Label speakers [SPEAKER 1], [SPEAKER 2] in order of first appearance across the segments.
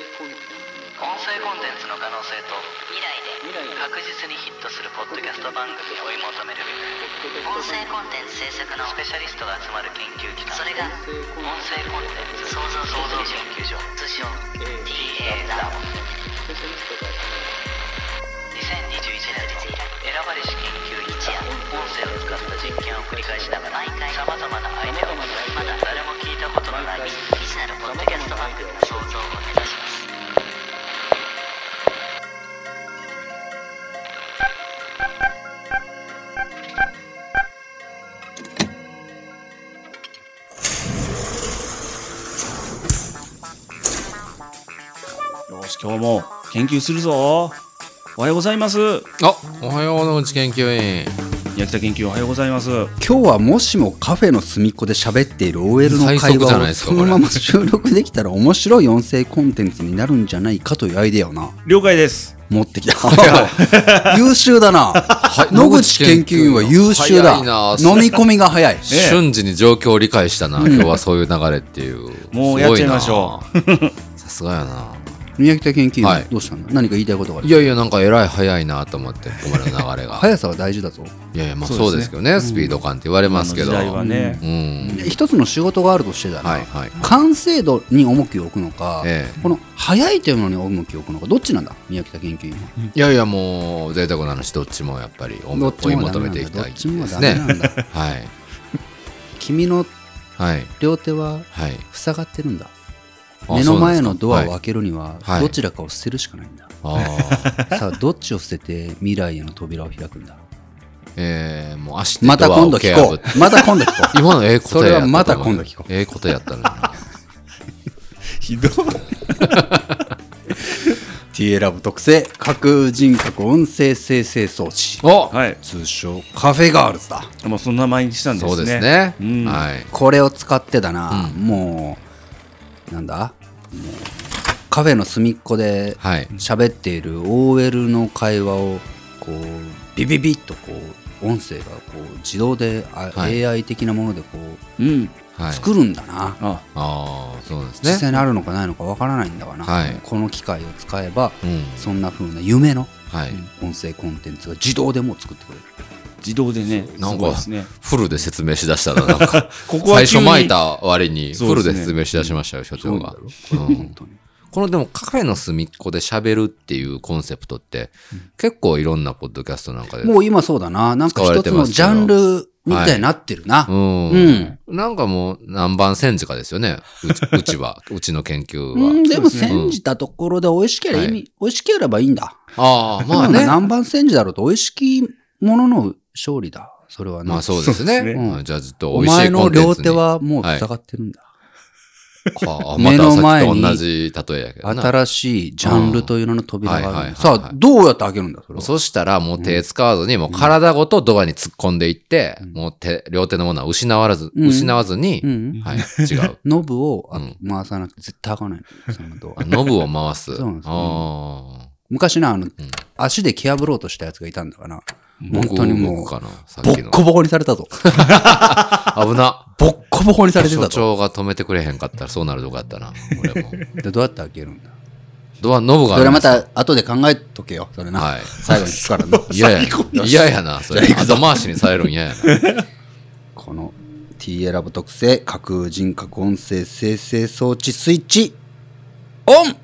[SPEAKER 1] 音声コンテンツの可能性と未来で確実にヒットするポッドキャスト番組を追い求める音声コンテンツ制作のスペシャリストが集まる研究機関それが音声コンテンツ創造創造研究所通称 TA ラボ2021年度選ばれし研究一や音声を使った実験を繰り返しながら毎回さまざまなアイデアをまだ誰も聞いたことのない未知なるポッドキャスト番組の創造を目指します
[SPEAKER 2] よし、今日も研究するぞ。おはようございます。
[SPEAKER 3] あ、おはようのうち研究員。
[SPEAKER 2] 焼田研究おはようございます。
[SPEAKER 4] 今日はもしもカフェの隅っこで喋っている OL の
[SPEAKER 3] 最
[SPEAKER 4] 会
[SPEAKER 3] 速じゃない
[SPEAKER 4] 話
[SPEAKER 3] で
[SPEAKER 4] を
[SPEAKER 3] すか
[SPEAKER 4] そのまま収録できたら面白い音声コンテンツになるんじゃないかというアイデアをな
[SPEAKER 2] 了解です。
[SPEAKER 4] 持ってきた優秀だな、野口研究員は優秀だ
[SPEAKER 3] 早いな
[SPEAKER 4] 飲み込みが早い
[SPEAKER 2] え
[SPEAKER 3] 瞬時に状況を理解したな。今日はそういう流れっていう。
[SPEAKER 2] もう
[SPEAKER 3] すご
[SPEAKER 2] やっちゃいましょ
[SPEAKER 3] う。さすがやな。
[SPEAKER 4] 宮北研究員
[SPEAKER 3] はい
[SPEAKER 4] どうしたの何か言いたいことがあ
[SPEAKER 3] い
[SPEAKER 4] る
[SPEAKER 3] やいや、なんかえらい早いなと思って、ここまでの流れが。
[SPEAKER 4] 速さは大事だぞ
[SPEAKER 3] いやいや、まあそうですけどね、スピード感って言われますけど。
[SPEAKER 2] こ
[SPEAKER 3] う
[SPEAKER 2] の時代は
[SPEAKER 3] ん。
[SPEAKER 2] ね。
[SPEAKER 4] 一つの仕事があるとしてだな、
[SPEAKER 3] はいはい。
[SPEAKER 4] 完成度に重きを置くのか、
[SPEAKER 3] ええ
[SPEAKER 4] この早いというのに重きを置くのかどっちなんだ宮北研究員はい
[SPEAKER 3] やいや、もう贅沢な話、どっちもやっぱり追い
[SPEAKER 4] どっちも
[SPEAKER 3] 求めていきたいです
[SPEAKER 4] ダメなんだどっちもダメなん
[SPEAKER 3] ね。はい。
[SPEAKER 4] 君の
[SPEAKER 3] はい。
[SPEAKER 4] 両手は
[SPEAKER 3] はい。
[SPEAKER 4] 塞がってるんだ
[SPEAKER 3] あ
[SPEAKER 4] 目の前のドア
[SPEAKER 3] そう
[SPEAKER 4] を
[SPEAKER 3] なん
[SPEAKER 4] 開けるには
[SPEAKER 3] はい
[SPEAKER 4] どちらかを捨てるしかない んだ、
[SPEAKER 3] ですかはいあー
[SPEAKER 4] さあどっちを捨てて未来への扉を開くんだ
[SPEAKER 3] えー、もう足で
[SPEAKER 4] また
[SPEAKER 3] ドア
[SPEAKER 4] 今
[SPEAKER 3] を
[SPEAKER 4] 度
[SPEAKER 3] 蹴
[SPEAKER 4] 聞
[SPEAKER 3] 破
[SPEAKER 4] こ
[SPEAKER 3] って
[SPEAKER 4] うまた今度聞こう
[SPEAKER 3] 今のええ答え
[SPEAKER 4] それはまた今度聞こう
[SPEAKER 3] ええ答えやったのにな
[SPEAKER 2] ひどい。
[SPEAKER 4] TA ラボ特製架空人格音声生成装置
[SPEAKER 3] お、
[SPEAKER 2] はい。
[SPEAKER 4] 通称カフェガールズだ
[SPEAKER 2] まあそんな毎日したんですね。
[SPEAKER 3] そうですね、
[SPEAKER 2] うん
[SPEAKER 3] はい
[SPEAKER 4] これを使ってだな、もうなんだもうカフェの隅っこで
[SPEAKER 3] はい
[SPEAKER 4] 喋っている OL の会話をこうビビビッとこう音声がこう自動で、あ
[SPEAKER 3] はい
[SPEAKER 4] AI 的なものでこう
[SPEAKER 2] うん。
[SPEAKER 3] はい
[SPEAKER 4] 作るんだな、
[SPEAKER 2] あ、
[SPEAKER 3] ああそうですね
[SPEAKER 4] 実際にあるのかないのかわからないんだわな、
[SPEAKER 3] はい
[SPEAKER 4] この機械を使えば、
[SPEAKER 3] うん
[SPEAKER 4] そんな風な夢の
[SPEAKER 3] はい、
[SPEAKER 4] 音声コンテンツが自動でもう作ってくれる
[SPEAKER 2] 自動でね。
[SPEAKER 3] なん
[SPEAKER 2] すごい
[SPEAKER 3] か
[SPEAKER 2] ですね。
[SPEAKER 3] フルで説明しだしたらなんか
[SPEAKER 2] ここは
[SPEAKER 3] 最
[SPEAKER 2] 急
[SPEAKER 3] 初
[SPEAKER 2] に
[SPEAKER 3] 巻いた割に
[SPEAKER 2] そ
[SPEAKER 3] フ
[SPEAKER 2] うで
[SPEAKER 3] ル
[SPEAKER 2] すね
[SPEAKER 3] で説明しだしましたよ、所長が、うん
[SPEAKER 4] 本当に
[SPEAKER 3] このでもカフェの隅っこで喋るっていうコンセプトって、結構いろんなポッドキャストなんかで
[SPEAKER 4] もう今そうだななんか
[SPEAKER 3] 使われ
[SPEAKER 4] 一
[SPEAKER 3] て
[SPEAKER 4] つ
[SPEAKER 3] ま
[SPEAKER 4] の
[SPEAKER 3] す
[SPEAKER 4] ジ
[SPEAKER 3] けど
[SPEAKER 4] ャンルみたいになってるな、
[SPEAKER 3] うん、
[SPEAKER 4] うん
[SPEAKER 3] なんかもう何番煎じかですよねうちうちはうちの研究は、
[SPEAKER 4] うん、でも
[SPEAKER 2] そうですね
[SPEAKER 4] 煎じたところで美味しければ意味、
[SPEAKER 3] は
[SPEAKER 4] 美味しければいいんだ。
[SPEAKER 3] ああまあ
[SPEAKER 4] ま
[SPEAKER 3] ね
[SPEAKER 4] 何番煎じだろうと美味しきものの勝利だ。それはね。
[SPEAKER 3] まあそうですね。
[SPEAKER 2] そうです
[SPEAKER 4] ね
[SPEAKER 3] うんじゃあずっと
[SPEAKER 4] お
[SPEAKER 3] 美味し
[SPEAKER 4] 前
[SPEAKER 3] いコ
[SPEAKER 4] の
[SPEAKER 3] ンテンツに。
[SPEAKER 4] 両手はもう塞がってるんだ。
[SPEAKER 3] はあ、ま
[SPEAKER 4] 目
[SPEAKER 3] た
[SPEAKER 4] の
[SPEAKER 3] さっ
[SPEAKER 4] 前
[SPEAKER 3] きと
[SPEAKER 4] に
[SPEAKER 3] 同じ例えやけどな。
[SPEAKER 4] 新しいジャンルという名の扉があるんだ。
[SPEAKER 3] うんはいはいはいはい
[SPEAKER 4] さあ、どうやって開けるんだそれは。
[SPEAKER 3] そしたらもう手使わずに、もう体ごとドアに突っ込んでいって、もう手、両手のものは失わず、
[SPEAKER 4] うん
[SPEAKER 3] 失わずに、
[SPEAKER 4] うん。
[SPEAKER 3] はい、違う。
[SPEAKER 4] ノブをあ
[SPEAKER 3] うん
[SPEAKER 4] 回さなくて絶対開かないの。そのド
[SPEAKER 3] あ
[SPEAKER 4] ア
[SPEAKER 3] ノブを回す。
[SPEAKER 4] そうなんですよ
[SPEAKER 3] あ
[SPEAKER 4] 昔な、あの、足で蹴破ろうとしたやつがいたんだから、
[SPEAKER 3] ー
[SPEAKER 4] 本当にもう
[SPEAKER 3] 僕、かな、さっ
[SPEAKER 4] ボ
[SPEAKER 3] き
[SPEAKER 4] ッ
[SPEAKER 3] の。
[SPEAKER 4] コボコにされ たぞ。
[SPEAKER 3] 危な。
[SPEAKER 4] ボッコボコにされて
[SPEAKER 3] 所
[SPEAKER 4] たぞ。
[SPEAKER 3] 長が止めてくれへんかったらそうなるとこやったな。俺も。
[SPEAKER 4] でどうやって開けるんだ
[SPEAKER 3] ドア、ノブがあ
[SPEAKER 4] そ
[SPEAKER 3] る
[SPEAKER 4] れ
[SPEAKER 3] んで
[SPEAKER 4] ます
[SPEAKER 3] よ。
[SPEAKER 4] た後で考えとけよ、それな。
[SPEAKER 3] はい
[SPEAKER 4] 最 後に聞くからな。
[SPEAKER 3] 嫌や。嫌やな、それ。後回しにされるん嫌やな。
[SPEAKER 4] この TA ラボ特製架空人格音声生成装置スイッチオン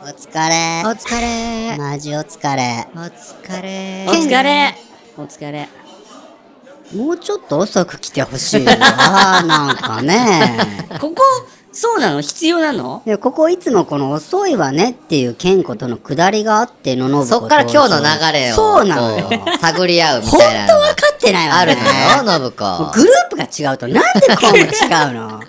[SPEAKER 5] お疲れ。
[SPEAKER 6] お疲れ。
[SPEAKER 5] マジお疲れ。
[SPEAKER 6] お疲れ。
[SPEAKER 5] お疲
[SPEAKER 6] れ。お疲れ。
[SPEAKER 5] もうちょっと遅く来てほしい な。なんかね。
[SPEAKER 6] ここ、そうなの必要なの
[SPEAKER 5] でここいつもこの遅いわねっていう健吾との下りがあってののぶ
[SPEAKER 7] そっから今日の流れを
[SPEAKER 5] そうなのよ。
[SPEAKER 7] こう探り合うみ
[SPEAKER 5] 本
[SPEAKER 7] たい
[SPEAKER 5] 当
[SPEAKER 7] なの
[SPEAKER 5] 分かってないわ
[SPEAKER 7] あ
[SPEAKER 5] ね
[SPEAKER 7] る。のよ、信
[SPEAKER 5] もう
[SPEAKER 7] 子。
[SPEAKER 5] グループが違うとなんでこうも違う の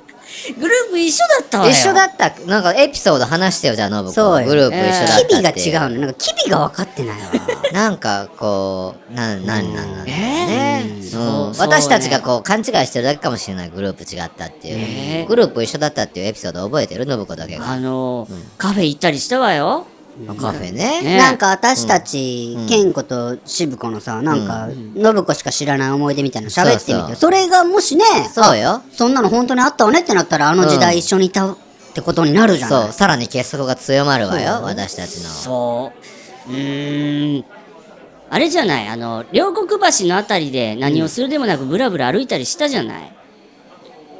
[SPEAKER 6] グループ一緒だったわよ。
[SPEAKER 7] 一緒だった。なんかエピソード話してよ、じゃあ、信
[SPEAKER 5] そう
[SPEAKER 7] 子。
[SPEAKER 5] よ
[SPEAKER 7] グループ一緒だった。
[SPEAKER 5] 機微が違うの。なんか機微が分かってないわ。
[SPEAKER 7] う。なんか、こう、な、な、な、な、
[SPEAKER 6] え
[SPEAKER 7] うん
[SPEAKER 6] ーそうそうね
[SPEAKER 7] 私たちがこう、勘違いしてるだけかもしれない。グループ違ったってい
[SPEAKER 6] ね
[SPEAKER 7] う。グループ一緒だったっていうエピソード覚えてる信子だけが。
[SPEAKER 6] あのー、カフェ行ったりしたわよ。
[SPEAKER 7] カフェね。
[SPEAKER 6] ね
[SPEAKER 5] なんか私たち、健子と渋子のさ、なんか、信子しか知らない思い出みたいなの喋ってみて、そ
[SPEAKER 7] そうそう
[SPEAKER 5] れがもしね、
[SPEAKER 7] そうよ
[SPEAKER 5] あそんなの本当にあったわねってなったら、あの時代一緒にいたってことになるじゃない、
[SPEAKER 7] そう、さらに結束が強まるわよ、私たちの。
[SPEAKER 6] そう。うーん。あれじゃないあの、両国橋のあたりで何をするでもなくブラブラ歩いたりしたじゃない、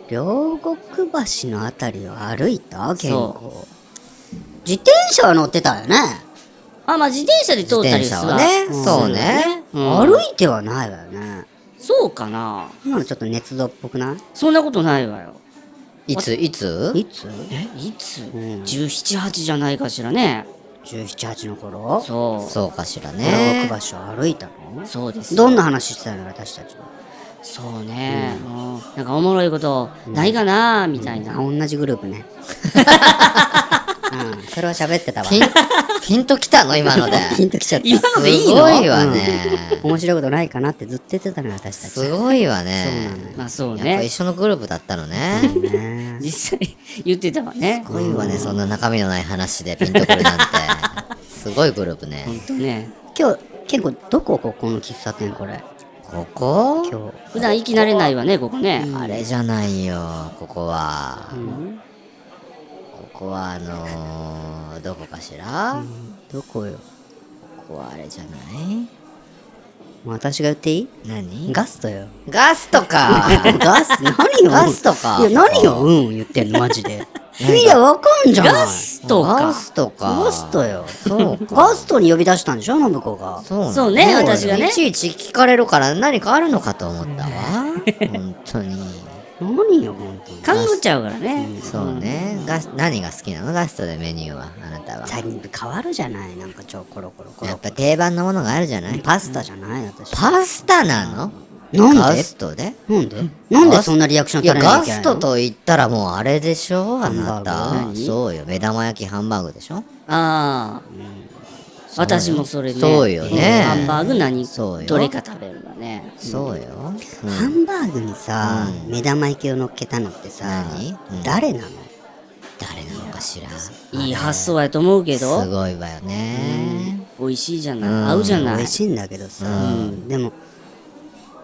[SPEAKER 5] 両国橋のあたりを歩いた健
[SPEAKER 6] そ
[SPEAKER 5] 子。自転車は乗ってたよね。
[SPEAKER 6] あ、まあ自転車で通ったり
[SPEAKER 7] 電
[SPEAKER 6] す
[SPEAKER 7] 車
[SPEAKER 6] る
[SPEAKER 7] は
[SPEAKER 6] わ
[SPEAKER 7] ね。
[SPEAKER 6] ん
[SPEAKER 7] そうね。
[SPEAKER 6] うん
[SPEAKER 5] 歩いてはないわよね。
[SPEAKER 6] そうかな
[SPEAKER 5] 今のちょっと熱度っぽくな
[SPEAKER 6] そんなことないわよ。
[SPEAKER 7] いつ、いつ
[SPEAKER 5] いいつ
[SPEAKER 6] え、いつ、
[SPEAKER 5] ん
[SPEAKER 6] ?17、8じゃないかしらね。
[SPEAKER 5] ?17、8の頃
[SPEAKER 6] そう。
[SPEAKER 7] そうかしら
[SPEAKER 5] 両
[SPEAKER 7] ね。
[SPEAKER 5] 国橋を歩いたの
[SPEAKER 6] そうですよ。
[SPEAKER 5] どんな話してたの私たちは。
[SPEAKER 6] そうね、うんなんかおもろいことないかなみたいな、
[SPEAKER 5] あ同じグループ ね。うん、それは喋ってたわ。
[SPEAKER 7] ピン、ピンときたの今ので。
[SPEAKER 5] ピンときちゃった。
[SPEAKER 6] 今のでいいの
[SPEAKER 7] すごいわね。
[SPEAKER 5] 面白いことないかなってずっと言ってたのよ、私たち。
[SPEAKER 7] すごいわね。
[SPEAKER 6] まあそう
[SPEAKER 7] やっぱ
[SPEAKER 6] ね
[SPEAKER 7] 一緒のグループだったのね。
[SPEAKER 5] ね
[SPEAKER 6] 実際言ってたわね
[SPEAKER 7] すごいわね、そんな中身のない話でピンとくる なんて。すごいグループね
[SPEAKER 6] ほ。んとね
[SPEAKER 5] 今日、健吾どこここの喫茶店これ。
[SPEAKER 7] ここ
[SPEAKER 5] 今
[SPEAKER 6] 普段生き慣れないわねここね、
[SPEAKER 7] あれじゃないよ、ここは。ここはあのー、どこかしら、
[SPEAKER 5] 日。どこよ。
[SPEAKER 7] ここはあれじゃない
[SPEAKER 5] もう私が言っていい
[SPEAKER 7] 何
[SPEAKER 5] ガストよ。
[SPEAKER 7] ガストか
[SPEAKER 5] ガス、何よ。
[SPEAKER 7] ガストか
[SPEAKER 5] いや、何よ、うん、言ってんの、マジ で。いや、わかんじゃない。
[SPEAKER 6] ガストか
[SPEAKER 7] ガストか。
[SPEAKER 5] ガストよ。
[SPEAKER 7] そうか。
[SPEAKER 5] ガストに呼び出したんでしょ、信子が。
[SPEAKER 7] そうなの
[SPEAKER 6] そうね私がね
[SPEAKER 7] いちいち聞かれるから何かあるのかと思っ たわ。本当に。
[SPEAKER 5] 何よ、本当に。
[SPEAKER 6] 勘ぐっちゃうからね、
[SPEAKER 7] そうね。ガス何が好きなのガストでメニューは。あなたは。
[SPEAKER 5] 全部変わるじゃないなんかちょコロコロコ
[SPEAKER 7] やっ
[SPEAKER 5] ロ
[SPEAKER 7] ぱ定番のものがあるじゃない
[SPEAKER 5] パスタじゃない私
[SPEAKER 7] パスタなの
[SPEAKER 5] なんで
[SPEAKER 7] ガストで
[SPEAKER 5] なんでなんでそんなリアクション
[SPEAKER 7] い
[SPEAKER 5] 取
[SPEAKER 7] や、
[SPEAKER 5] れなきゃ
[SPEAKER 7] ガ
[SPEAKER 5] いけない
[SPEAKER 7] ス
[SPEAKER 5] の
[SPEAKER 7] トと言ったらもうあれでしょあな
[SPEAKER 5] ハンバー
[SPEAKER 7] た。
[SPEAKER 5] グ何
[SPEAKER 7] そうよ。目玉焼きハンバーグでしょ
[SPEAKER 6] ああ、私もそれね
[SPEAKER 7] そうよね
[SPEAKER 6] ハンバーグ何
[SPEAKER 7] そうよ
[SPEAKER 6] どれか食べるわね
[SPEAKER 7] そうよ。うん
[SPEAKER 5] ハンバーグにさ、
[SPEAKER 7] う
[SPEAKER 5] 目玉焼きを乗っけたのってさ
[SPEAKER 7] 何うん
[SPEAKER 5] 誰なの
[SPEAKER 7] 誰なのかしら。
[SPEAKER 6] いい発想やと思うけ
[SPEAKER 7] す
[SPEAKER 6] ど
[SPEAKER 7] ごいわよね。
[SPEAKER 6] 美味しいじゃない、
[SPEAKER 7] うん
[SPEAKER 6] 合うじゃな
[SPEAKER 5] 美
[SPEAKER 6] い
[SPEAKER 5] 味しいんだけどさ、
[SPEAKER 7] う
[SPEAKER 5] でも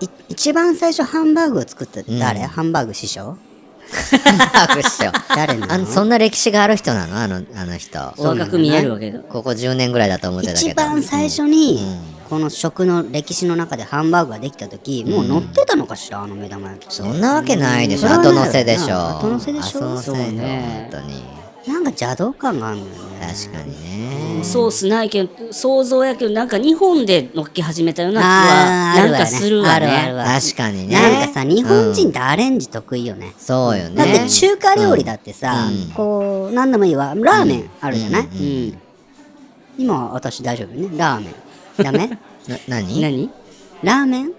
[SPEAKER 5] い一番最初ハンバーグを作ったって誰、
[SPEAKER 7] うん
[SPEAKER 5] ハンバーグ師匠
[SPEAKER 7] ハンバーグっしょ。
[SPEAKER 5] 誰な
[SPEAKER 7] あの
[SPEAKER 5] の
[SPEAKER 7] そんな歴史がある人なのあのあの人。
[SPEAKER 6] お若く見えるわけど
[SPEAKER 7] ここ10年ぐらいだと思ってたけど。
[SPEAKER 5] 一番最初に、この食の歴史の中でハンバーグができた時、もう乗ってたのかしらあの目玉焼きって
[SPEAKER 7] そんなわけないでしょ。
[SPEAKER 5] うん
[SPEAKER 7] 後乗せでしょ。
[SPEAKER 5] 後乗せでしょ
[SPEAKER 7] 後乗せよ
[SPEAKER 5] そう
[SPEAKER 6] ね
[SPEAKER 7] 本当に。
[SPEAKER 5] なんか邪道感があるのよね
[SPEAKER 7] 確かにね。
[SPEAKER 6] ソースないけん想像やけどなんか日本で乗っけ始めたような気
[SPEAKER 5] あーあ
[SPEAKER 6] は
[SPEAKER 5] るわ
[SPEAKER 6] なん
[SPEAKER 5] ね
[SPEAKER 6] かするわね
[SPEAKER 5] あるわ
[SPEAKER 7] 確かにね。
[SPEAKER 5] なんかさ、日本人
[SPEAKER 7] う
[SPEAKER 5] っ
[SPEAKER 7] ん
[SPEAKER 5] てアレンジ得意よね。
[SPEAKER 7] そうよね。
[SPEAKER 5] だって中華料理だってさ、
[SPEAKER 7] うん
[SPEAKER 5] こう、なんでもいいわ。ラーメンあるじゃない、
[SPEAKER 7] う
[SPEAKER 6] う
[SPEAKER 7] ん
[SPEAKER 6] ん
[SPEAKER 5] 今私大丈夫ね。ラーメン。ダ メ
[SPEAKER 7] な何い
[SPEAKER 6] 何
[SPEAKER 5] ラーメン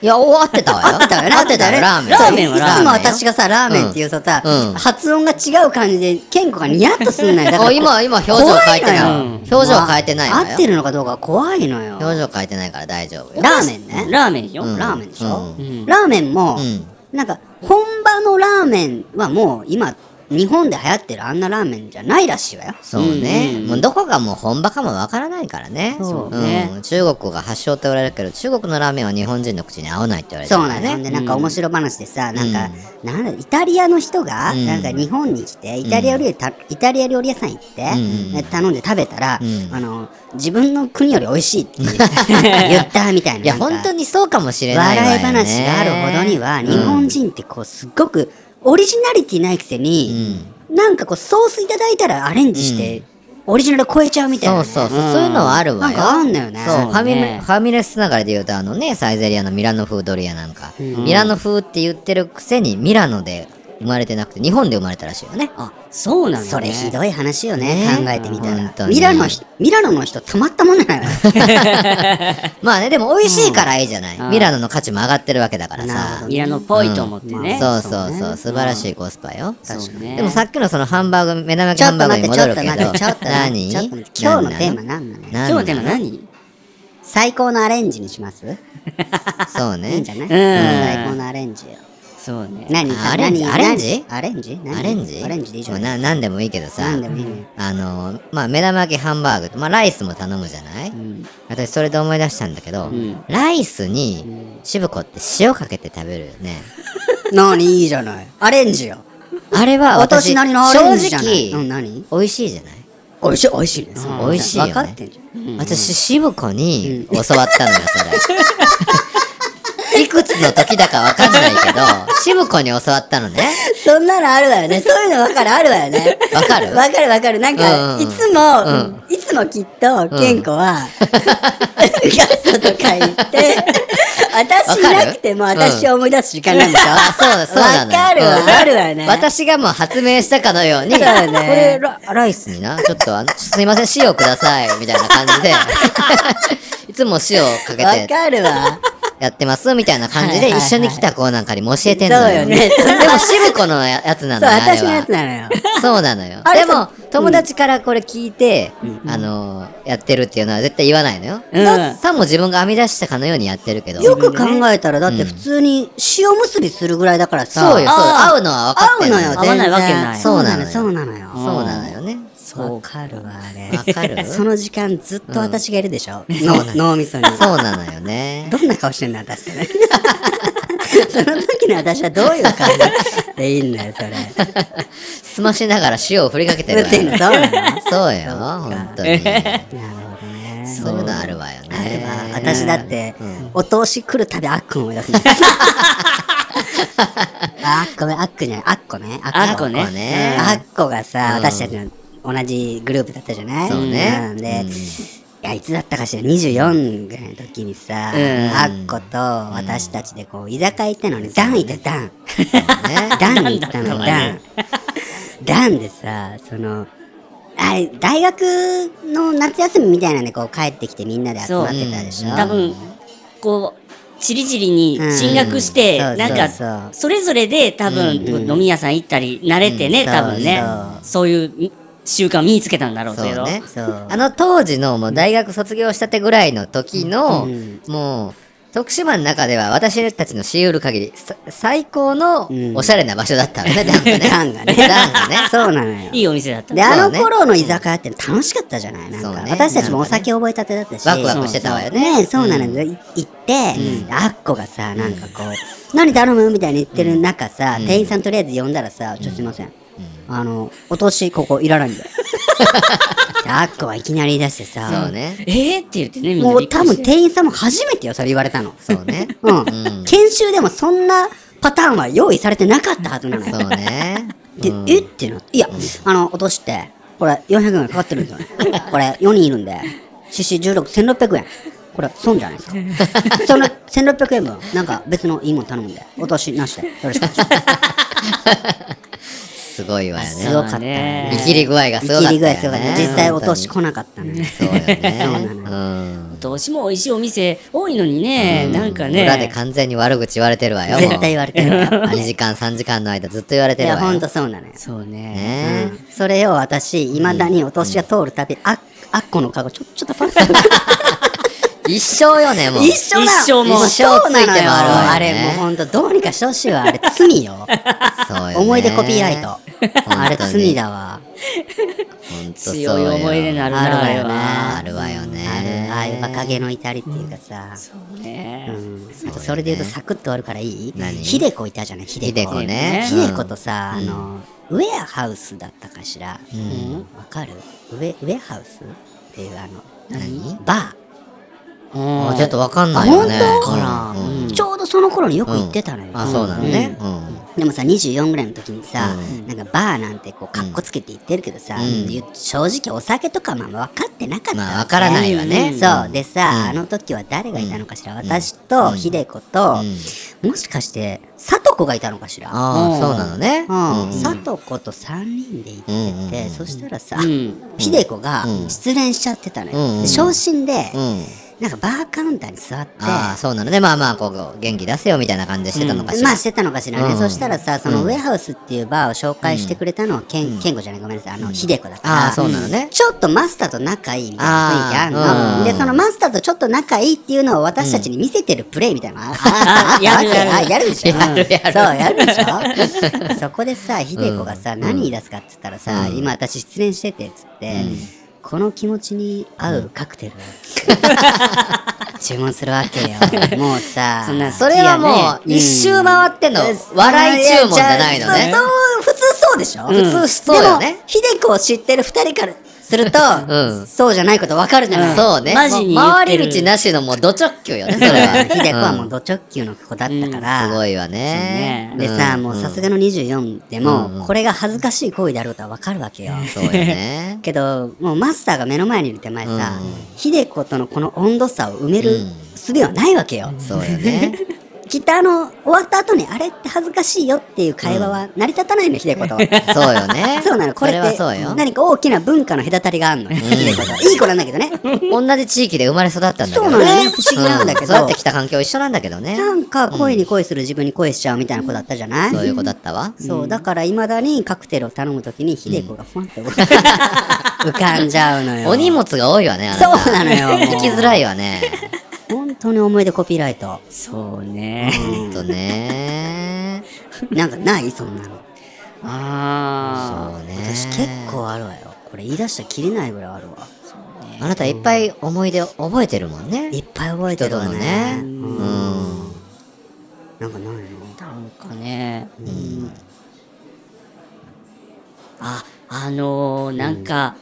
[SPEAKER 7] や、お合ってたわよ。合ってたよ合ってたよ、ラーメン。
[SPEAKER 5] ラーメ
[SPEAKER 6] メ
[SPEAKER 5] ン
[SPEAKER 6] ン
[SPEAKER 5] は
[SPEAKER 6] は
[SPEAKER 5] ラ
[SPEAKER 6] ラ
[SPEAKER 5] ーメン。いつも
[SPEAKER 7] よ
[SPEAKER 5] 私がさ、ラーメンっていうさ、さ
[SPEAKER 7] うん
[SPEAKER 5] 発音が違う感じで、健吾がニヤッとすん のよ。だから
[SPEAKER 7] お今、今、表情変えてな
[SPEAKER 6] 怖
[SPEAKER 7] い
[SPEAKER 6] いの
[SPEAKER 7] わ。
[SPEAKER 6] よ
[SPEAKER 7] 表情変えてないわよ。
[SPEAKER 5] 合ってるのかどうか怖いのよ。
[SPEAKER 7] 表情変えてないから大丈夫よ。
[SPEAKER 5] ラーメンね。
[SPEAKER 6] ラーメンよ、
[SPEAKER 7] うん
[SPEAKER 5] ラーメンでしょ、
[SPEAKER 7] うん
[SPEAKER 6] うん
[SPEAKER 5] ラーメンも、
[SPEAKER 7] うん
[SPEAKER 5] なんか本場のラーメンはもう今日本で流行ってるあんなラーメンじゃないらしいわよ。
[SPEAKER 7] そうね、
[SPEAKER 6] うんうんうん
[SPEAKER 7] もうどこがもう本場かもわからないからね
[SPEAKER 6] そうね
[SPEAKER 7] ん、中国が発祥って言われるけど中国のラーメンは日本人の口に合わないって言われて
[SPEAKER 5] そ
[SPEAKER 7] る
[SPEAKER 5] う
[SPEAKER 7] か
[SPEAKER 5] な
[SPEAKER 7] ら
[SPEAKER 5] のよ。
[SPEAKER 7] ね
[SPEAKER 5] でなんか面白話でさ、なんか、なんだイタリアの人が、
[SPEAKER 7] うん
[SPEAKER 5] なんか日本に来てイタリア料理たイタリア料理屋さん行って、
[SPEAKER 7] うん
[SPEAKER 5] で頼んで食べたら、
[SPEAKER 7] うん
[SPEAKER 5] あの自分の国より美味しいって 言ったみたいな。
[SPEAKER 7] いや
[SPEAKER 5] なんか
[SPEAKER 7] 本当にそうかもしれないわよ、ね、
[SPEAKER 5] 笑い話があるほどには、日本人ってこうすっごくオリジナリティないくせ
[SPEAKER 7] う
[SPEAKER 5] に、
[SPEAKER 7] ん
[SPEAKER 5] なんかこうソースいただいたらアレンジして、オリジナル超えちゃうみたいな、
[SPEAKER 7] そ
[SPEAKER 5] ね。
[SPEAKER 7] うそうそう、そういうのはある
[SPEAKER 5] な
[SPEAKER 7] わ
[SPEAKER 5] ん
[SPEAKER 7] よ
[SPEAKER 5] かあんだよね。
[SPEAKER 7] そうファミレ
[SPEAKER 6] ね
[SPEAKER 7] ファミレスつながりで言うとあのねサイゼリアのミラノ風ドリアなんか、ミラノ風って言ってるくせにミラノで生まれてなくて日本で生まれたらしいよね
[SPEAKER 6] あそうなの、ね、
[SPEAKER 5] それひどい話よね、
[SPEAKER 7] ね
[SPEAKER 5] 考えてみた
[SPEAKER 7] 本当
[SPEAKER 5] ら。
[SPEAKER 7] に
[SPEAKER 5] ミラノひ、ミラノの人たまったもんじゃないわよ。
[SPEAKER 7] まあねでも美味しいからいいじゃない、
[SPEAKER 6] うん
[SPEAKER 7] ミラノの価値も上がってるわけだから
[SPEAKER 5] なるほ
[SPEAKER 7] さ
[SPEAKER 5] どね
[SPEAKER 6] ミラノっぽいと思ってね、
[SPEAKER 7] そうそう
[SPEAKER 5] そ
[SPEAKER 7] そうう、素晴らしいコスパよ。
[SPEAKER 6] そうね
[SPEAKER 7] でもさっきのそのハンバーグ、目玉焼き
[SPEAKER 5] ちょ
[SPEAKER 7] ハ
[SPEAKER 5] っ
[SPEAKER 7] ン
[SPEAKER 5] と
[SPEAKER 7] バー
[SPEAKER 5] 待
[SPEAKER 7] グ
[SPEAKER 5] って、
[SPEAKER 7] に
[SPEAKER 5] ちょ
[SPEAKER 7] 戻
[SPEAKER 5] っ
[SPEAKER 7] る
[SPEAKER 5] と
[SPEAKER 7] け
[SPEAKER 5] 待
[SPEAKER 7] ど。
[SPEAKER 5] って、ちょっと待って、
[SPEAKER 7] 何
[SPEAKER 5] ちょっと待って。今日のテーマ何なの
[SPEAKER 6] 今日
[SPEAKER 7] 何な
[SPEAKER 6] のテーマ何
[SPEAKER 5] 最高のアレンジにします
[SPEAKER 7] そう
[SPEAKER 5] いいん
[SPEAKER 7] ね
[SPEAKER 5] じ。ゃない、
[SPEAKER 6] ん
[SPEAKER 5] 最高のアレンジよ。
[SPEAKER 6] そうね。
[SPEAKER 5] 何
[SPEAKER 7] あ
[SPEAKER 5] さ
[SPEAKER 7] アレンジ
[SPEAKER 5] 何
[SPEAKER 7] アレンジ
[SPEAKER 5] 何アレンジ何
[SPEAKER 7] アレンジ
[SPEAKER 5] アレンジでいいじゃん。
[SPEAKER 7] まあな何でもいいけどさ
[SPEAKER 5] 何でもいいね
[SPEAKER 7] あのーまあ目玉焼きハンバーグまあライスも頼むじゃない、私それで思い出したんだけど、ライスに渋子って塩かけて食べるよね、
[SPEAKER 5] 何いいじゃない。アレンジよ。
[SPEAKER 7] あれは私
[SPEAKER 5] 私なりのアレンジじ
[SPEAKER 7] 正
[SPEAKER 5] ゃない。うん、
[SPEAKER 7] 直
[SPEAKER 5] 何
[SPEAKER 7] 美味しいじゃない
[SPEAKER 5] 美味しい、美味しいです。
[SPEAKER 7] 美味しいよね
[SPEAKER 5] 分かってんじゃん。
[SPEAKER 7] 私、渋子に教わったのよ、そ れ。いくつの時だかわかんないけど、渋子に教わったのね。
[SPEAKER 5] そんなのあるわよね。そういうの分かる、あるわよね。
[SPEAKER 7] わかる
[SPEAKER 5] わかるわかる。なんか、
[SPEAKER 7] うん
[SPEAKER 5] いつも、いつもきっと、健子 は、ガストとか行って、私いなくても
[SPEAKER 7] わかる
[SPEAKER 5] 私を思い出す時間なんでしょ
[SPEAKER 7] あ、そう、そうなのよ
[SPEAKER 5] わかるわ
[SPEAKER 7] うん
[SPEAKER 5] あるわよね
[SPEAKER 7] 私がもう発明したかのように、
[SPEAKER 5] そうだよね
[SPEAKER 7] これラ、ライスにな、ちょっとあの、すいません、塩ください、みたいな感 じで、いつも塩かけ
[SPEAKER 5] わ
[SPEAKER 7] て
[SPEAKER 5] かるわ。
[SPEAKER 7] やってます、みたいな感じ
[SPEAKER 5] は
[SPEAKER 7] で、
[SPEAKER 5] いはい
[SPEAKER 7] 一
[SPEAKER 5] はい
[SPEAKER 7] 緒に来た子なんかにも教えてんの
[SPEAKER 5] そうよねそんな
[SPEAKER 7] でも、渋子のややつな
[SPEAKER 5] そう、
[SPEAKER 7] のよ、あれは。
[SPEAKER 5] 私のやつなのよ。
[SPEAKER 7] そうなのよ。
[SPEAKER 5] あれ
[SPEAKER 7] でも
[SPEAKER 5] そ、
[SPEAKER 7] 友達からこれ聞いて、あのー、やってるっていうのは絶対言わないのよ。
[SPEAKER 5] うん
[SPEAKER 7] ささも自分が編み出したかのようにやってるけど。
[SPEAKER 5] よく考えたら、だって普通に塩結びするぐらいだからさ。
[SPEAKER 7] そうよ、そうよ。
[SPEAKER 5] あ
[SPEAKER 7] 合うのは分かって
[SPEAKER 5] 合うの
[SPEAKER 7] る
[SPEAKER 5] よ、
[SPEAKER 6] 合わないわけ
[SPEAKER 5] 全然
[SPEAKER 6] ない
[SPEAKER 5] そうなのよ、
[SPEAKER 7] そ
[SPEAKER 5] そううなのよ。
[SPEAKER 7] そうなのよね。
[SPEAKER 5] わかるわ、あれ。
[SPEAKER 7] わか る
[SPEAKER 5] その時間ずっと私がいるでしょ、の脳みそに。
[SPEAKER 7] そうなのよね。
[SPEAKER 5] どんな顔してんの私 ってねその時の私はどういう顔でいいんだよ、それ。
[SPEAKER 7] すましながら塩を振りか けてるわ
[SPEAKER 5] 振ってんのそうな
[SPEAKER 7] そうよ、本当に。
[SPEAKER 5] なるほどね。
[SPEAKER 7] そういうのあるわよね。
[SPEAKER 5] まあ私だって、お通し来るたびあっこ思い出 すのあっこね、あっこじゃない、あっこね。
[SPEAKER 6] あっこね
[SPEAKER 5] うんあっこがさ、私たちの同じグループだったじゃない
[SPEAKER 7] そうね
[SPEAKER 5] んで、いや、いつだったかしら、24ぐらいの時にさ、あっこと私たちでこう、居酒屋行ったのに、ダン行ったよダン。ダンに行ったの、ダン。ダンでさ、その、あれ、大学の夏休みみたいなんでこう帰ってきてみんなで集まってたでしょ、
[SPEAKER 6] 多分、こう、ちりじりに進学し
[SPEAKER 5] う
[SPEAKER 6] て、
[SPEAKER 5] んそうそう
[SPEAKER 6] なん
[SPEAKER 5] そう
[SPEAKER 6] か、それぞれで多分、飲み屋さん行ったり、慣れてね、
[SPEAKER 5] うん
[SPEAKER 6] 多分ね
[SPEAKER 5] そうそ。
[SPEAKER 6] そういう習慣身につけたんだろう
[SPEAKER 7] そう
[SPEAKER 6] けど。
[SPEAKER 7] ね
[SPEAKER 5] そう。
[SPEAKER 7] あの当時のもう大学卒業したてぐらいの時の、
[SPEAKER 5] ん
[SPEAKER 7] もう、徳島の中では私たちの知り得る限り、さ最高の
[SPEAKER 5] ん
[SPEAKER 7] おしゃれな場所だったわよ ね、ダン
[SPEAKER 5] ダンが
[SPEAKER 7] がね。
[SPEAKER 5] ね
[SPEAKER 7] ダンがね。
[SPEAKER 5] そうなのよ。
[SPEAKER 6] いいお店だった。
[SPEAKER 5] で、
[SPEAKER 7] うね
[SPEAKER 5] あの頃の居酒屋って楽しかったじゃないなん
[SPEAKER 7] そう
[SPEAKER 5] か、
[SPEAKER 7] ね
[SPEAKER 5] 私たちもお酒覚えたてだったし。
[SPEAKER 7] ワクワクしてたわよね
[SPEAKER 5] ねそうなのよ。い行って、あっこがさ、なんかこう、何頼むみたいに言ってる中さ、店員さんとりあえず呼んだらさ、ちょっとすいません。あの、お通しここいらないん だよ。であっこはいきなり言い出して
[SPEAKER 7] そ
[SPEAKER 5] さ
[SPEAKER 7] う、ね。
[SPEAKER 6] えーって言ってね、みん
[SPEAKER 5] も
[SPEAKER 6] なび
[SPEAKER 5] う
[SPEAKER 6] っく
[SPEAKER 5] 多
[SPEAKER 6] りし
[SPEAKER 5] 分
[SPEAKER 6] て。
[SPEAKER 5] 店員さんも初めてよ、それ言われたの。
[SPEAKER 7] そうね。
[SPEAKER 5] うん。研修でもそんなパターンは用意されてなかったはずなのよ。
[SPEAKER 7] そうね。
[SPEAKER 5] で、えってなって、いや、あの、落として、これ400円かかってるん ですよね。これ4人いるんで、CC16、1600円。これ、損じゃないですか。 その1600円分、なんか別のいいもん頼むんで、落としなしで、よろしくお願いします。
[SPEAKER 7] すごいわよね。
[SPEAKER 5] すごかった
[SPEAKER 6] ね
[SPEAKER 5] ね。
[SPEAKER 7] 見切り具合がすごかった、ね。
[SPEAKER 5] 切り具合すごかった。実際落とし
[SPEAKER 7] 本
[SPEAKER 5] 来なかったのよ。
[SPEAKER 7] 当にそ うよね。
[SPEAKER 5] そうなの
[SPEAKER 7] うん。
[SPEAKER 6] どうしも美味しいお店多いのにね、なんかね。
[SPEAKER 7] 裏で完全に悪口言われてるわよ。
[SPEAKER 5] 絶対言われてるよ。
[SPEAKER 7] 2時間、3時間の間ずっと言われ
[SPEAKER 5] い
[SPEAKER 7] てるわ
[SPEAKER 5] や、
[SPEAKER 7] よ。
[SPEAKER 5] ほんとそうなのよ。
[SPEAKER 6] そうね。
[SPEAKER 7] ね
[SPEAKER 5] うんそれを私、いまだにお年が通るたび、ああっこのカゴ、ちょ、ちょっとファン
[SPEAKER 7] 一生よね、もう。
[SPEAKER 5] 一緒なの
[SPEAKER 6] 一生も
[SPEAKER 5] 一生なの
[SPEAKER 7] 一生ついて回る
[SPEAKER 5] よ
[SPEAKER 7] わ
[SPEAKER 5] あ
[SPEAKER 7] よね
[SPEAKER 5] れもうほんとどうにかしてほしいわあれ罪よ
[SPEAKER 7] そうよね
[SPEAKER 5] 思い出コピーライトあれ罪。だわ
[SPEAKER 7] ほんとそうよ
[SPEAKER 6] 強い思い入れのあるな
[SPEAKER 5] あるわよね
[SPEAKER 7] あるわよ
[SPEAKER 5] あ
[SPEAKER 7] ね。
[SPEAKER 5] るああいう若気の至りっていうかさうんあとそれで言うとサクッと終わるからいい
[SPEAKER 7] 何
[SPEAKER 5] ひでこいたじゃないひで
[SPEAKER 7] ひで
[SPEAKER 5] こ
[SPEAKER 7] こね
[SPEAKER 5] ひでことさあのウェアハウスだったかしらわかるウェウェアハウスっていうあの何バ
[SPEAKER 6] うん
[SPEAKER 7] あちょっとわかんないよね。
[SPEAKER 5] あ本
[SPEAKER 7] うんうん
[SPEAKER 5] ーちょうどその頃によく行ってたのよ
[SPEAKER 7] あ、そうなのね。うん。
[SPEAKER 5] でもさ24ぐらいの時にさ、なんかバーなんてこうかっこつけて言ってるけどさ、言う正直お酒とかまあ分かってなかったわけ
[SPEAKER 7] まあ分からないわね
[SPEAKER 5] そうでさ、あの時は誰がいたのかしら、私と秀子と、もしかして聡子がいたのかしら
[SPEAKER 7] ああ、そうなのね。
[SPEAKER 5] うん、聡子と3人で行ってて、そしたらさ、
[SPEAKER 6] うん。
[SPEAKER 5] 秀子が失恋しちゃってたのよ、
[SPEAKER 7] うん
[SPEAKER 5] で昇進で、
[SPEAKER 7] うん。
[SPEAKER 5] なんかバーカウンターに座って、
[SPEAKER 7] ああ、そうなのね。まあまあ、こう、元気出せよみたいな感じでしてたのかしら。
[SPEAKER 5] まあしてたのかしらね、
[SPEAKER 7] うん
[SPEAKER 5] そしたらさそのウェアハウスっていうバーを紹介してくれたのはけん、健吾じゃないごめんなさいあの、ひで秀子だから
[SPEAKER 7] ああそうなのね
[SPEAKER 5] ちょっとマスターと仲いいみたいな雰囲気ある
[SPEAKER 7] あ
[SPEAKER 5] の、
[SPEAKER 7] ーうん
[SPEAKER 5] でそのマスターとちょっと仲いいっていうのを私たちに見せてるプレイみたいなのがああ あああ
[SPEAKER 6] やる
[SPEAKER 5] あったわけ
[SPEAKER 6] やる
[SPEAKER 5] あやるでしょ
[SPEAKER 7] やる
[SPEAKER 5] そうや
[SPEAKER 7] やる
[SPEAKER 5] るでしょそこでさ秀子がさ、何言い出すかっつったらさ、今私失恋しててっつって、この気持ちに合うカクテルを、注文するわけよ。もうさ、
[SPEAKER 6] そんな
[SPEAKER 7] それはもう、
[SPEAKER 5] いやね
[SPEAKER 7] 一周回っての
[SPEAKER 5] うん
[SPEAKER 7] 笑い注文じゃないの
[SPEAKER 5] い
[SPEAKER 7] ね
[SPEAKER 5] や。そう普通そうでしょ、
[SPEAKER 6] ん
[SPEAKER 5] 普通
[SPEAKER 7] そうよね
[SPEAKER 5] でも、ひでこを知ってる二人からすると、
[SPEAKER 7] うん
[SPEAKER 5] そうじゃないことわかるじゃない、
[SPEAKER 7] そうね。
[SPEAKER 6] マジに言ってる
[SPEAKER 7] 回り道なしのもう、ド直球よね、それ は。
[SPEAKER 5] ひでこはも
[SPEAKER 7] う
[SPEAKER 5] うんド直球の子だったから、
[SPEAKER 7] すごいわね。
[SPEAKER 5] でさ、もうさすがの24で
[SPEAKER 7] う
[SPEAKER 5] も、
[SPEAKER 7] んうん
[SPEAKER 5] これが恥ずかしい行為だろうとはわかるわけよ。
[SPEAKER 7] そうよね。
[SPEAKER 5] けど、もうマスターが目の前にいる手前さ
[SPEAKER 7] うんうん、
[SPEAKER 5] ひでことのこの温度差を埋める
[SPEAKER 7] うん
[SPEAKER 5] 術はないわけよ。
[SPEAKER 7] そうよね。
[SPEAKER 5] きっとあの、終わった後にあれって恥ずかしいよっていう会話は成り立たないの、ひでこと。
[SPEAKER 7] そうよね。
[SPEAKER 5] そうなの、これ
[SPEAKER 7] そ
[SPEAKER 5] っ
[SPEAKER 7] は
[SPEAKER 5] て
[SPEAKER 7] そうよ。
[SPEAKER 5] 何か大きな文化の隔たりがあるのよ。ひでことはいい子なんだけどね。
[SPEAKER 7] 同じ地域で生まれ育ったんだけど
[SPEAKER 5] そうなのね不思議なんだけど
[SPEAKER 7] 育ってきた環境一緒なんだけどね。
[SPEAKER 5] なんか恋に恋する自分に恋しちゃうみたいな子だったじゃない
[SPEAKER 7] そういう子だったわ。
[SPEAKER 5] そう、だから未だにカクテルを頼むときに、ひでこがふわって浮かんじゃうのよ。
[SPEAKER 7] お荷物が多いわね、あなた
[SPEAKER 5] そうなのよ。も
[SPEAKER 7] 行
[SPEAKER 5] う
[SPEAKER 7] きづらいわね。
[SPEAKER 5] 本当に思い出コピーライト。
[SPEAKER 6] そうね。
[SPEAKER 7] ほんとね。
[SPEAKER 5] なんかないそんなの。
[SPEAKER 6] あ
[SPEAKER 7] そうね。
[SPEAKER 5] 私結構あるわよ。これ言い出したら切れないぐらいあるわ。
[SPEAKER 7] あなたいっぱい思い出覚えてるもんね。
[SPEAKER 5] いっぱい覚えて
[SPEAKER 7] 人
[SPEAKER 5] る
[SPEAKER 7] と
[SPEAKER 5] わ
[SPEAKER 7] の
[SPEAKER 5] ね
[SPEAKER 7] ね。。う
[SPEAKER 5] うん
[SPEAKER 7] ん。
[SPEAKER 5] なんかないの
[SPEAKER 6] あ。なんかね。
[SPEAKER 7] うん
[SPEAKER 6] あ、あのー、なんか、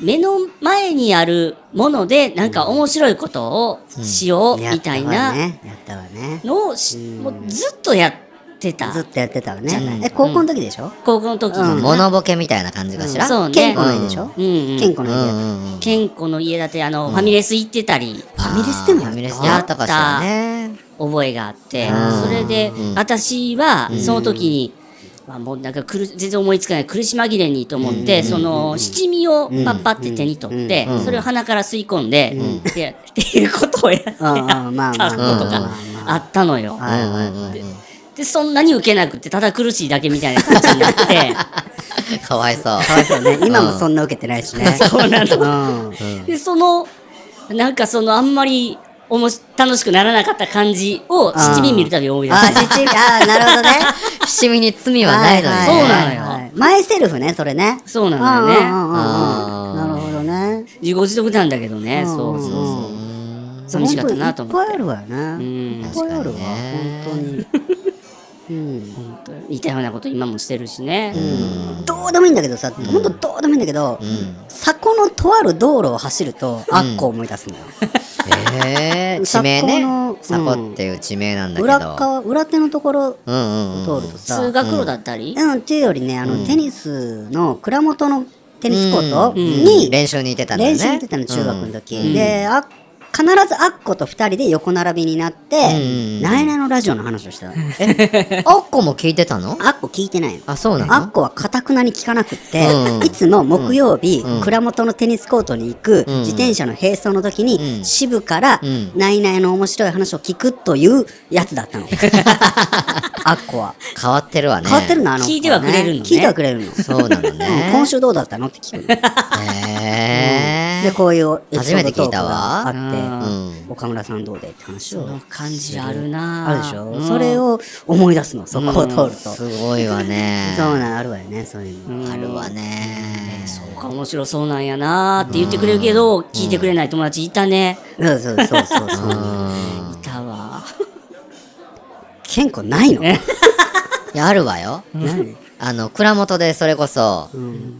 [SPEAKER 6] 目の前にあるもので、なんか面白いことをしようみたい
[SPEAKER 5] やったわ
[SPEAKER 6] な
[SPEAKER 5] ね。やったわね。
[SPEAKER 6] のをし、もうずっとやってた
[SPEAKER 5] ず。っとやってたわ
[SPEAKER 6] じゃな
[SPEAKER 5] ね
[SPEAKER 6] い。
[SPEAKER 5] え、高校の時でしょ
[SPEAKER 6] 高校の時
[SPEAKER 7] まあ
[SPEAKER 6] の。
[SPEAKER 7] 物ボケみたいな感じかしら。
[SPEAKER 6] そうね。
[SPEAKER 5] 健康の家でしょ
[SPEAKER 6] うんうん。
[SPEAKER 5] 健康
[SPEAKER 7] うん
[SPEAKER 5] の家で。
[SPEAKER 7] うんうん。
[SPEAKER 6] 健康の家だって、あの、ファミレス行ってたり。
[SPEAKER 5] ファミレスでも
[SPEAKER 7] フ
[SPEAKER 5] や
[SPEAKER 7] ァミレス
[SPEAKER 5] っ
[SPEAKER 7] で
[SPEAKER 5] た
[SPEAKER 7] やったかしらね。
[SPEAKER 6] 覚えがあって、
[SPEAKER 7] うん
[SPEAKER 6] それで
[SPEAKER 7] うん
[SPEAKER 6] 私はその時に、まあ、もうなんか苦全然思いつかない苦し紛れにと思って、その七味をパッパって手に取って、
[SPEAKER 7] うん
[SPEAKER 6] それを鼻から吸い込んで、でっていうことをやって
[SPEAKER 5] うんうんまあまあ
[SPEAKER 6] たことがあったのよ。
[SPEAKER 5] はいはい
[SPEAKER 7] うんうんうん
[SPEAKER 6] でそんなに受けなくてただ苦しいだけみたいな感じになって
[SPEAKER 7] かわいそう。
[SPEAKER 5] かわいそうね。今もそんな受けてないしね。そうなの。
[SPEAKER 6] でそのなんかそのあんまりおもし楽しくならなかった感じを七味見るたび思い出
[SPEAKER 5] あ
[SPEAKER 6] す。
[SPEAKER 5] ー、ちち、あー、なるほどね。
[SPEAKER 7] 七味に罪はないのにね。
[SPEAKER 6] そうなのよ
[SPEAKER 5] のよ。マイセルフね、それね。
[SPEAKER 6] そうなんだよね
[SPEAKER 5] うんうんうんうんなるほどね。
[SPEAKER 6] 自業自得なんだけどね、
[SPEAKER 5] うん
[SPEAKER 6] そうそうそう。
[SPEAKER 7] うん
[SPEAKER 6] 寂しかったなと思っ
[SPEAKER 5] 本当いっぱいあるわよ
[SPEAKER 6] て。う
[SPEAKER 5] ね。
[SPEAKER 6] ん
[SPEAKER 5] いっぱいあるわ、本当に。うん
[SPEAKER 6] 本当に似たようなこと今もしてるしね。
[SPEAKER 5] どうでもいいんだけどさ、本当どうでもいいんだけど、そこのとある道路を走ると、あっこ思い出すのよ。
[SPEAKER 7] へえ地名ね。
[SPEAKER 5] 佐
[SPEAKER 7] サ
[SPEAKER 5] 古の
[SPEAKER 7] コっていう地名なんだけど。
[SPEAKER 5] 裏側、裏手のところ
[SPEAKER 7] うんうんうん。
[SPEAKER 5] 通るとさ、
[SPEAKER 6] 通学路だったり、
[SPEAKER 5] うん、っていうよりね、あの、テニスの、蔵元のテニスコート
[SPEAKER 7] うん
[SPEAKER 5] に、
[SPEAKER 7] 練習に行ってたんだよ
[SPEAKER 5] 練
[SPEAKER 7] ね。
[SPEAKER 5] 習に行ってたの、中学の時。
[SPEAKER 7] うん
[SPEAKER 5] で、あ、必ずアッコと二人で横並びになって、
[SPEAKER 7] ん
[SPEAKER 5] ナイナイのラジオの話をしてた の。
[SPEAKER 7] あっこも聞いてたの
[SPEAKER 5] アッコ聞いてないの。
[SPEAKER 7] あ、そうなの
[SPEAKER 5] アッコはかたくなに聞かなくって、
[SPEAKER 7] うん
[SPEAKER 5] いつも木曜日、
[SPEAKER 7] うん
[SPEAKER 5] 蔵元のテニスコートに行く、
[SPEAKER 7] うん
[SPEAKER 5] 自転車の並走の時に、
[SPEAKER 7] うん
[SPEAKER 5] 支部から、
[SPEAKER 7] うん
[SPEAKER 5] ナイナイの面白い話を聞くというやつだ ったの。アッコは。
[SPEAKER 7] 変わってるわね。
[SPEAKER 5] 変わってるの、あの子、
[SPEAKER 6] 聞いてはくれるのね
[SPEAKER 5] 聞いてはくれるの。
[SPEAKER 7] そうなの
[SPEAKER 5] う
[SPEAKER 7] ね
[SPEAKER 5] ん。今週どうだったのって聞くの。
[SPEAKER 7] へ
[SPEAKER 5] で、
[SPEAKER 7] え。
[SPEAKER 5] こういうエピソード
[SPEAKER 7] 初めて聞いた
[SPEAKER 5] トー
[SPEAKER 7] わ
[SPEAKER 5] クがあって、
[SPEAKER 7] うん
[SPEAKER 5] 岡村さんどうでって話
[SPEAKER 6] そ
[SPEAKER 5] を
[SPEAKER 6] の。感じあるな
[SPEAKER 5] あるでしょ、
[SPEAKER 6] うん
[SPEAKER 5] それを思い出すの、そこを通ると。そう
[SPEAKER 7] すごいわね。
[SPEAKER 5] なんあるわよね、そういうの。
[SPEAKER 7] あるわね。
[SPEAKER 6] そうか面白そうなんやなーって言ってくれるけど、聞いてくれない友達いたね。
[SPEAKER 5] うん、そうそうそうそう。
[SPEAKER 6] いたわ。
[SPEAKER 5] 健康ないの
[SPEAKER 7] いや、あるわよ。
[SPEAKER 5] 何
[SPEAKER 7] あの、蔵元でそれこそ、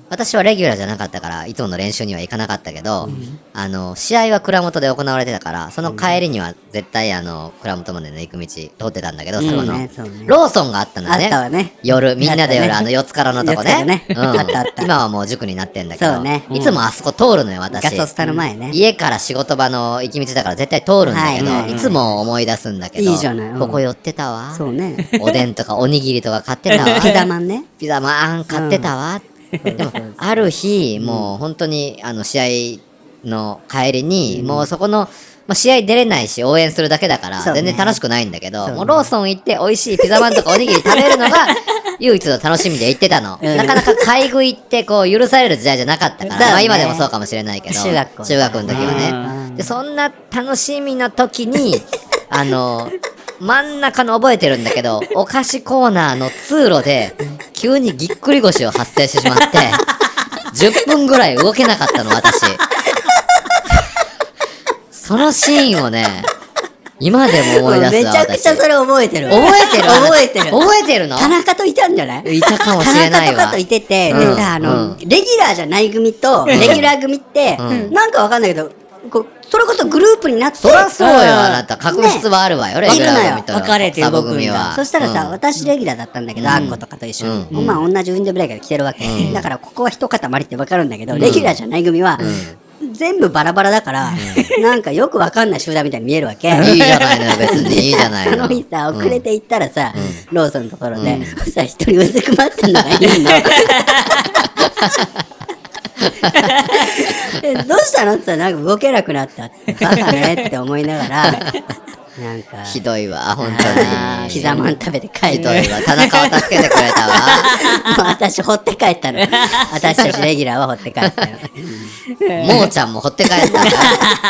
[SPEAKER 7] 私はレギュラーじゃなかったから、いつもの練習には行かなかったけど、あの、試合は蔵元で行われてたから、その帰りには絶対あの、蔵元までの行く道通ってたんだけど、そこ
[SPEAKER 5] そう
[SPEAKER 7] の
[SPEAKER 5] ね、そうね
[SPEAKER 7] ローソンがあったの
[SPEAKER 5] あっ
[SPEAKER 7] ね
[SPEAKER 5] た。わね。
[SPEAKER 7] 夜、みんなで夜、
[SPEAKER 5] あった
[SPEAKER 7] あ
[SPEAKER 5] ね
[SPEAKER 7] の、四つからのとこね。
[SPEAKER 5] 四つ角ね
[SPEAKER 7] うん
[SPEAKER 5] あったあった
[SPEAKER 7] 今はもう塾になってんだけ
[SPEAKER 5] そう
[SPEAKER 7] ど、
[SPEAKER 5] ね
[SPEAKER 7] いつもあそこ通るのよ、私。
[SPEAKER 5] ガソスタの前ね
[SPEAKER 7] 家から仕事場の行き道だから絶対通るんだけど、
[SPEAKER 5] はい
[SPEAKER 7] い
[SPEAKER 5] はい
[SPEAKER 7] つも思い出すんだけど、
[SPEAKER 5] いいじゃないうん
[SPEAKER 7] ここ寄ってたわ。
[SPEAKER 5] そうね。
[SPEAKER 7] おでんとかおにぎりとか 買ってたわ。
[SPEAKER 5] ピザマンね。
[SPEAKER 7] ピザマン買ってたわ。でも、ある日、もう本当に、あの、試合の帰りに、もうそこの、まあ、試合出れないし、応援するだけだから、
[SPEAKER 5] そうね
[SPEAKER 7] 全然楽しくないんだけど、
[SPEAKER 5] そうね
[SPEAKER 7] もうローソン行って、美味しいピザまんとかおにぎり食 べるのが、唯一の楽しみで行ってたの。
[SPEAKER 5] うん
[SPEAKER 7] なかなか買い食いって、こう、許される時代じゃなかったから、
[SPEAKER 5] そうね
[SPEAKER 7] まあ今でもそうかもしれないけど、
[SPEAKER 5] 中学校
[SPEAKER 7] 中学の時は
[SPEAKER 5] う
[SPEAKER 7] ね。
[SPEAKER 5] ん
[SPEAKER 7] で、そんな楽しみの時に、 あの、真ん中の覚えてるんだけど、お菓子コーナーの通路で、急にぎっくり腰を発生してしまって、10分ぐらい動けなかったの、私。そのシーンをね、今でも思い
[SPEAKER 5] め
[SPEAKER 7] 出す
[SPEAKER 5] ち
[SPEAKER 7] わ、
[SPEAKER 5] ゃく
[SPEAKER 7] 私。
[SPEAKER 5] ちゃそ
[SPEAKER 7] 覚
[SPEAKER 5] れ覚えてる。
[SPEAKER 7] えてる
[SPEAKER 5] 覚えてる。
[SPEAKER 7] 覚えてるの
[SPEAKER 5] 田中といたんじゃない
[SPEAKER 7] いたかもし
[SPEAKER 5] 田
[SPEAKER 7] れな
[SPEAKER 5] 中
[SPEAKER 7] い
[SPEAKER 5] とか
[SPEAKER 7] わ
[SPEAKER 5] と。いてて、
[SPEAKER 7] うん
[SPEAKER 5] でさ、あの、
[SPEAKER 7] うん
[SPEAKER 5] レギュラーじゃない組と、レギュラー組って、
[SPEAKER 7] う
[SPEAKER 5] なんかわかんないけど、こうそれこそグループになって、
[SPEAKER 7] そりゃそうよ、
[SPEAKER 5] ん
[SPEAKER 7] あなた。確執はあるわよ、レギュラー組と
[SPEAKER 6] いるのよ分かれて動
[SPEAKER 7] サ
[SPEAKER 6] くんだ
[SPEAKER 7] ブ組は。
[SPEAKER 5] そしたらさ、
[SPEAKER 7] うん
[SPEAKER 5] 私レギュラーだったんだけど、あっことかと一緒に、
[SPEAKER 7] うん
[SPEAKER 5] まあ同じウィンドブレーカーで着てるわけ、だからここは一塊ってわかるんだけど、レギュラーじゃない組は、全部バラバラだから、なんかよくわかんない集団みたいに見えるわけ。
[SPEAKER 7] いいじゃないのよ、別に。いいじゃないの。
[SPEAKER 5] その日さ、
[SPEAKER 7] うん
[SPEAKER 5] 遅れて行ったらさ、ローソンのところで、そしたら一人うずくまってんのがいい の。えどうしたのって言ったら、なんか動けなくなったって。バカねって思いながら、なんか、
[SPEAKER 7] ひどいわ、本
[SPEAKER 5] あ
[SPEAKER 7] 当
[SPEAKER 5] ー
[SPEAKER 7] に。
[SPEAKER 5] ピザまん食べて帰
[SPEAKER 7] ひ
[SPEAKER 5] っ
[SPEAKER 7] ど
[SPEAKER 5] た。
[SPEAKER 7] いわ。田中は助けてくれたわ。
[SPEAKER 5] もう私、掘って帰ったの。私たちレギュラーは掘って帰 ったの。
[SPEAKER 7] もーちゃんも掘って帰ったわ。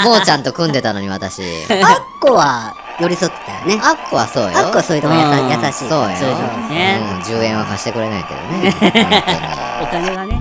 [SPEAKER 7] もーちゃんと組んでたのに、私。
[SPEAKER 5] あっこは寄り添ってたよね。
[SPEAKER 7] あっこはそうよ。
[SPEAKER 5] あっこはそういうとこ優
[SPEAKER 6] うん
[SPEAKER 5] 優しい。
[SPEAKER 7] そうよ。
[SPEAKER 6] そうよね
[SPEAKER 7] うん、10円は貸してくれないけどね。本
[SPEAKER 6] お金がね。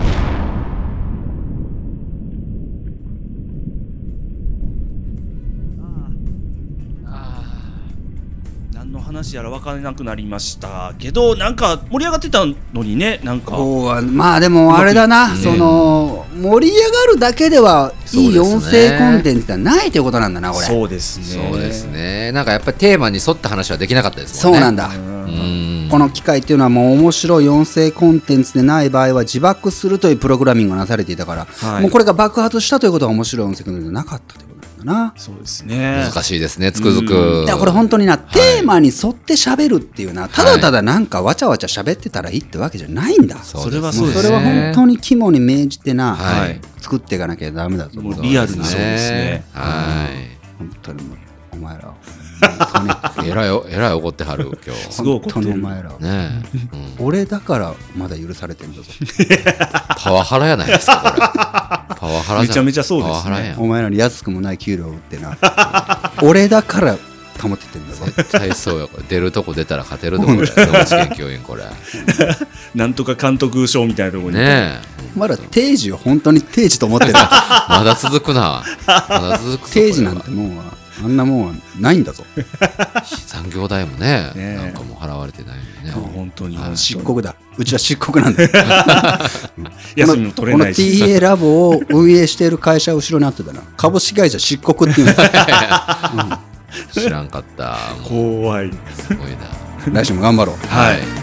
[SPEAKER 2] 何の話やら分からなくなりましたけどなんか盛り上がってたのにねなんか
[SPEAKER 4] こうはまあでもあれだな、その盛り上がるだけではいい
[SPEAKER 3] そう
[SPEAKER 4] 音
[SPEAKER 3] ですね
[SPEAKER 4] 声コンテンツではないということなんだなこれ
[SPEAKER 2] そうですね
[SPEAKER 3] そうですね。なんかやっぱりテーマに沿った話はできなかったです
[SPEAKER 4] そ
[SPEAKER 3] も
[SPEAKER 4] うん
[SPEAKER 3] ね。
[SPEAKER 4] なんだ、
[SPEAKER 3] うん。
[SPEAKER 4] この機械っていうのはもう面白い音声コンテンツでない場合は自爆するというプログラミングがなされていたから、
[SPEAKER 2] はい
[SPEAKER 4] もうこれが爆発したということは面白い音声コンテンツではなかったということなんだな。
[SPEAKER 2] そうですね
[SPEAKER 3] 難しいですね、つくづ
[SPEAKER 2] う
[SPEAKER 3] く。
[SPEAKER 4] だからこれ本当にな、テーマに沿って喋るっていうな、ただただなんかわちゃわちゃ喋ってたらいいってわけじゃないんだ。
[SPEAKER 3] そうで
[SPEAKER 2] そ
[SPEAKER 3] すね
[SPEAKER 2] れはそうです
[SPEAKER 4] それは本当に肝に銘じてな、
[SPEAKER 3] はい
[SPEAKER 4] 作っていかなきゃダメだと思う。
[SPEAKER 2] もうリアルにそうですね。
[SPEAKER 3] はい。
[SPEAKER 4] 本当にもうお前ら本
[SPEAKER 3] えらいお、えらい怒ってはる、今日。
[SPEAKER 2] すごい怒
[SPEAKER 4] 当
[SPEAKER 2] って
[SPEAKER 4] にお
[SPEAKER 2] る
[SPEAKER 4] 前ら
[SPEAKER 3] ねえ。うん
[SPEAKER 4] 俺だからまだ許されてんだぞ
[SPEAKER 3] パワハラやないですか、これ。パワハラじゃ
[SPEAKER 2] め
[SPEAKER 3] ん
[SPEAKER 2] ちゃめちゃそうですね
[SPEAKER 3] パワハラやん。
[SPEAKER 4] お前らに安くもない給料を売ってな俺だから保ててんだぞ
[SPEAKER 3] 絶対そうよ、これ。出るとこ出たら勝てるとこだよ、野口研究員、これ。ね
[SPEAKER 2] なんとか監督賞みたいなところに、
[SPEAKER 3] え。
[SPEAKER 4] お前ら定時を本当に定時と思ってる
[SPEAKER 3] まだ続くな。まだ続くぞ
[SPEAKER 4] 定時なん
[SPEAKER 3] こ
[SPEAKER 4] てもんはあんなもんはないんだぞ
[SPEAKER 3] れは残業代もね、
[SPEAKER 2] ねえ
[SPEAKER 3] なんかもう払われてない
[SPEAKER 2] あ
[SPEAKER 3] のにね。
[SPEAKER 2] 本当に
[SPEAKER 4] 漆
[SPEAKER 2] 漆黒
[SPEAKER 4] 黒だうちは漆黒なんだよ
[SPEAKER 2] 休みも取れないし
[SPEAKER 4] この TA ラボを運営している会社は後ろにあってたな株式会社漆黒っていうん だ
[SPEAKER 3] 知らんかった。も
[SPEAKER 2] 怖いう
[SPEAKER 3] すごいな。
[SPEAKER 4] 来週も頑張ろう
[SPEAKER 2] はい